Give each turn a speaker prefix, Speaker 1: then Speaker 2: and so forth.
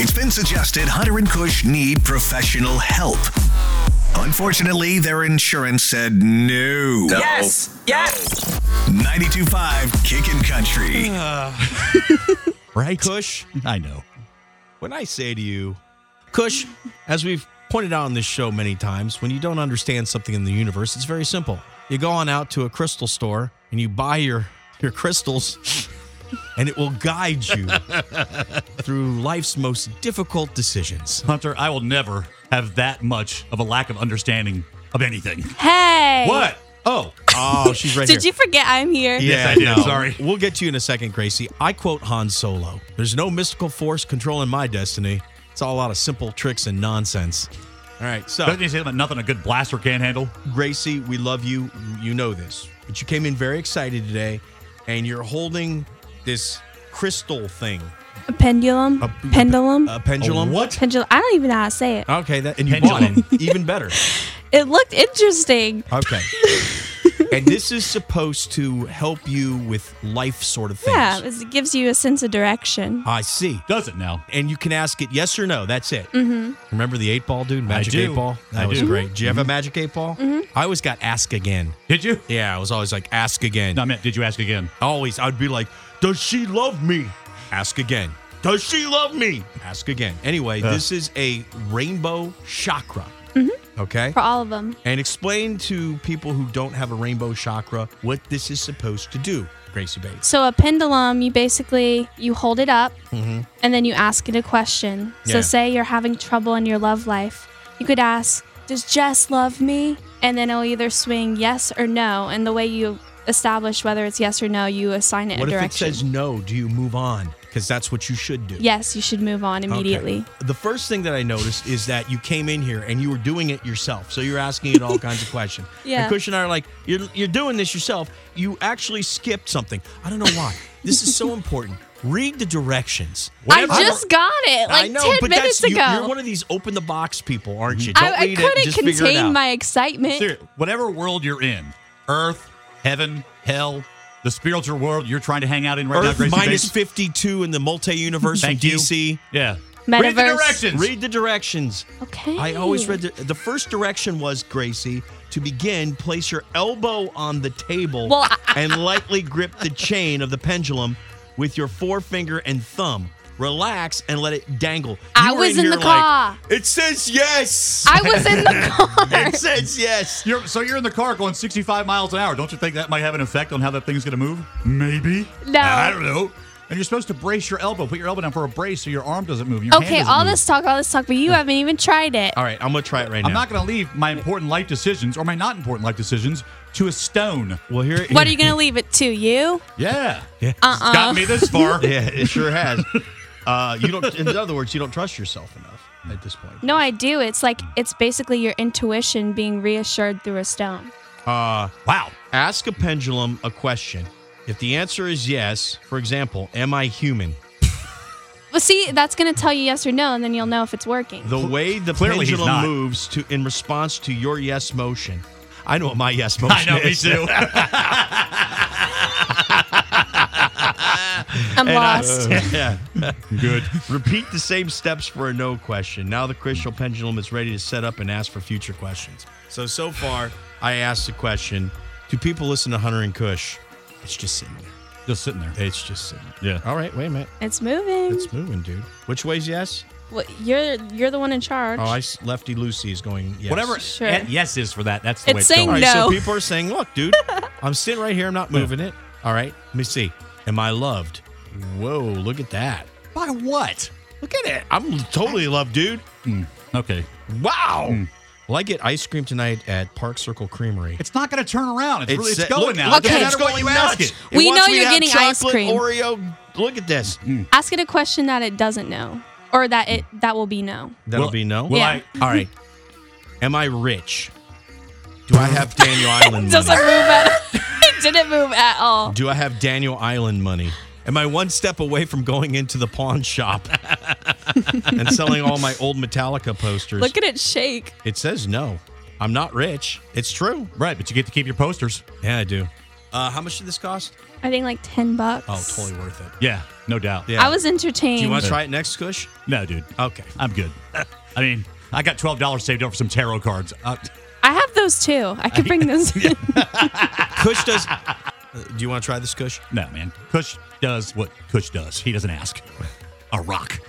Speaker 1: It's been suggested Hunter and Cush need professional help. Unfortunately, their insurance said no.
Speaker 2: Yes. Yes.
Speaker 1: 92.5 Kickin' Country.
Speaker 3: Right?
Speaker 4: Kush,
Speaker 3: I know.
Speaker 4: when I say to you, Kush, as we've pointed out on this show many times, when you don't understand something in the universe, it's very simple. You go on out to a crystal store and you buy your your crystals, and it will guide you through life's most difficult decisions.
Speaker 3: Hunter, I will never have that much of a lack of understanding of anything.
Speaker 5: Hey.
Speaker 3: What? Oh,
Speaker 4: Oh, she's right
Speaker 5: Did
Speaker 4: here.
Speaker 5: you forget I'm here?
Speaker 3: Yes,
Speaker 4: Yeah,
Speaker 3: I did.
Speaker 4: no.
Speaker 3: Sorry.
Speaker 4: We'll get to you in a second, Gracie. I quote Han Solo. There's no mystical force controlling my destiny. It's all a lot of simple tricks and nonsense. All right, so
Speaker 3: doesn't he say that nothing a good blaster can't handle?
Speaker 4: Gracie, we love you. You know this. But you came in very excited today, and you're holding this crystal thing.
Speaker 5: A pendulum.
Speaker 4: A-
Speaker 5: pendulum.
Speaker 4: A Uh, pendulum?
Speaker 3: What?
Speaker 5: pendulum. I don't even know how to say it.
Speaker 4: Okay, that and you
Speaker 3: Pendulum.
Speaker 4: bought it. Even better.
Speaker 5: It looked interesting.
Speaker 4: Okay. and this is supposed to help you with life sort of things.
Speaker 5: Yeah, it's- it gives you a sense of direction.
Speaker 4: I see.
Speaker 3: Does it now?
Speaker 4: And you can ask it yes or no. That's it. Mm-hmm. Remember the eight ball, dude? Magic
Speaker 3: do.
Speaker 4: eight ball. That
Speaker 3: I
Speaker 4: was
Speaker 3: do. Mm-hmm.
Speaker 4: great. Did you have a magic eight ball? I always got ask again.
Speaker 3: Did you?
Speaker 4: Yeah, I was always like ask again.
Speaker 3: No, I meant, did you ask again?
Speaker 4: Always, I'd be like, "Does she love me?" Ask again. Does she love me? Ask again. Anyway, this is a rainbow chakra. Okay.
Speaker 5: For all of them.
Speaker 4: And explain to people who don't have a rainbow chakra what this is supposed to do, Gracie Bates.
Speaker 5: So a pendulum, you basically you hold it up and then you ask it a question.
Speaker 4: Mm-hmm. Yeah.
Speaker 5: So say you're having trouble in your love life, you could ask, "Does Jess love me?" And then it'll either swing yes or no. And the way you establish whether it's yes or no, you assign it
Speaker 4: What
Speaker 5: a
Speaker 4: if it
Speaker 5: direction.
Speaker 4: says no? Do you move on? Because that's what you should do.
Speaker 5: yes, you should move on immediately.
Speaker 4: Okay. The first thing that I noticed is that you came in here and you were doing it yourself. So you're asking it all kinds of questions.
Speaker 5: Yeah.
Speaker 4: And Kush and I are like, you're, you're doing this yourself. You actually skipped something. I don't know why. this is so important. Read the directions.
Speaker 5: I just got it like
Speaker 4: I know,
Speaker 5: 10
Speaker 4: but
Speaker 5: minutes
Speaker 4: that's,
Speaker 5: ago.
Speaker 4: You, you're one of these open the box people, aren't you?
Speaker 5: I,
Speaker 4: Don't
Speaker 5: I
Speaker 4: read it.
Speaker 5: couldn't
Speaker 4: Just figure it out.
Speaker 5: contain my excitement.
Speaker 3: Seriously, whatever world you're in, Earth, heaven, hell, the spiritual world you're trying to hang out in right now,
Speaker 4: Earth
Speaker 3: Gracie
Speaker 4: minus
Speaker 3: Bates.
Speaker 4: 52 in the multi-universe from
Speaker 3: Thank you.
Speaker 4: DC.
Speaker 3: Yeah. Read the
Speaker 5: Metaverse.
Speaker 3: directions.
Speaker 4: Read the directions.
Speaker 5: Okay.
Speaker 4: I always read the, the first direction was Gracie to begin. Place your elbow on the table
Speaker 5: Well, I-
Speaker 4: and lightly grip the chain of the pendulum with your forefinger and thumb. Relax and let it dangle.
Speaker 5: I
Speaker 4: You were
Speaker 5: was in
Speaker 4: here
Speaker 5: the
Speaker 4: like,
Speaker 5: car.
Speaker 4: it says yes.
Speaker 5: I was in the car.
Speaker 4: it says yes.
Speaker 3: You're, so you're in the car going 65 miles an hour. Don't you think that might have an effect on how that thing's going to move? Maybe.
Speaker 5: No.
Speaker 3: I don't know. And you're supposed to brace your elbow. Put your elbow down for a brace so your arm doesn't move. Your hand
Speaker 5: okay,
Speaker 3: doesn't
Speaker 5: all
Speaker 3: move.
Speaker 5: this talk, all this talk, but you haven't even tried it.
Speaker 4: All right, I'm gonna try it right
Speaker 3: I'm
Speaker 4: now.
Speaker 3: not going to leave my important life decisions or my not important life decisions to a stone.
Speaker 4: well, here.
Speaker 5: What are you going to leave it to? You? Uh-uh.
Speaker 3: Yeah. yeah. It's got me this far.
Speaker 4: Yeah, it sure has. uh, you don't. In other words, you don't trust yourself enough at this point.
Speaker 5: No, I do. It's like, it's basically your intuition being reassured through a stone.
Speaker 3: Wow.
Speaker 4: ask a pendulum a question. If the answer is yes, for example, am I human?
Speaker 5: Well, see, that's going to tell you yes or no, and then you'll know if it's working.
Speaker 4: The way the
Speaker 3: Clearly he's
Speaker 4: pendulum
Speaker 3: not.
Speaker 4: moves to in response to your yes motion. I know what my yes motion
Speaker 3: I know, me
Speaker 4: is.
Speaker 3: too.
Speaker 5: I'm
Speaker 4: uh,
Speaker 5: lost.
Speaker 4: yeah.
Speaker 3: Good.
Speaker 4: Repeat the same steps for a no question. Now the crystal pendulum is ready to set up and ask for future questions. So so far, I asked the question: Do people listen to Hunter and Kush? It's just sitting there.
Speaker 3: Just sitting there.
Speaker 4: It's just sitting. there.
Speaker 3: Yeah.
Speaker 4: All right, wait a minute.
Speaker 5: it's moving.
Speaker 4: It's moving, dude. Which way's yes?
Speaker 5: Well, you're you're the one in charge.
Speaker 4: Oh, I s- lefty Lucy is going yes.
Speaker 3: Whatever
Speaker 5: Sure.
Speaker 3: and yes is for that, that's the
Speaker 5: It's
Speaker 3: way it's
Speaker 5: saying
Speaker 4: All
Speaker 3: going.
Speaker 4: right, so
Speaker 5: No.
Speaker 4: people are saying, look, dude, I'm sitting right here. I'm not moving it. All right, let me see. Am I loved? Whoa, look at that.
Speaker 3: By what?
Speaker 4: Look at it. I'm totally loved, dude.
Speaker 3: Okay.
Speaker 4: Wow.
Speaker 3: Hmm.
Speaker 4: Well, I get ice cream tonight at Park Circle Creamery.
Speaker 3: It's not going to turn around. It's, really, it's
Speaker 4: uh,
Speaker 3: going
Speaker 4: look-
Speaker 3: now.
Speaker 4: look
Speaker 3: It
Speaker 4: at
Speaker 3: doesn't
Speaker 4: it.
Speaker 3: matter what
Speaker 5: Okay.
Speaker 3: you ask it.
Speaker 4: It
Speaker 5: We
Speaker 4: wants
Speaker 5: know
Speaker 4: me to
Speaker 5: you're
Speaker 4: have
Speaker 5: getting ice
Speaker 4: chocolate
Speaker 5: cream.
Speaker 4: Oreo. Look at this.
Speaker 3: Hmm.
Speaker 5: Ask it a question that it doesn't know, or that it that will be no.
Speaker 4: That'll
Speaker 3: Well-
Speaker 4: be no.
Speaker 3: Well,
Speaker 5: Yeah.
Speaker 3: I,
Speaker 4: All right. Am I rich? Do I have Daniel Island
Speaker 5: Doesn't
Speaker 4: money?
Speaker 5: move at. it didn't move at all.
Speaker 4: Do I have Daniel Island money? Am I one step away from going into the pawn shop and selling all my old Metallica posters?
Speaker 5: Look at it shake.
Speaker 4: It says no. I'm not rich. It's true.
Speaker 3: right, but you get to keep your posters.
Speaker 4: Yeah, I do. Uh, how much did this cost?
Speaker 5: I think like 10 bucks.
Speaker 4: Oh, totally worth it.
Speaker 3: Yeah, no doubt.
Speaker 4: Yeah.
Speaker 5: I was entertained.
Speaker 4: Do you want to try it next, Kush?
Speaker 3: No, dude.
Speaker 4: Okay.
Speaker 3: I'm good. I mean, I got twelve dollars saved up for some tarot cards. Uh,
Speaker 5: I have those too. I could bring those. in.
Speaker 4: Kush does. Uh, do you want to try this, Kush?
Speaker 3: no, man. Kush does what Kush does. He doesn't ask. A rock.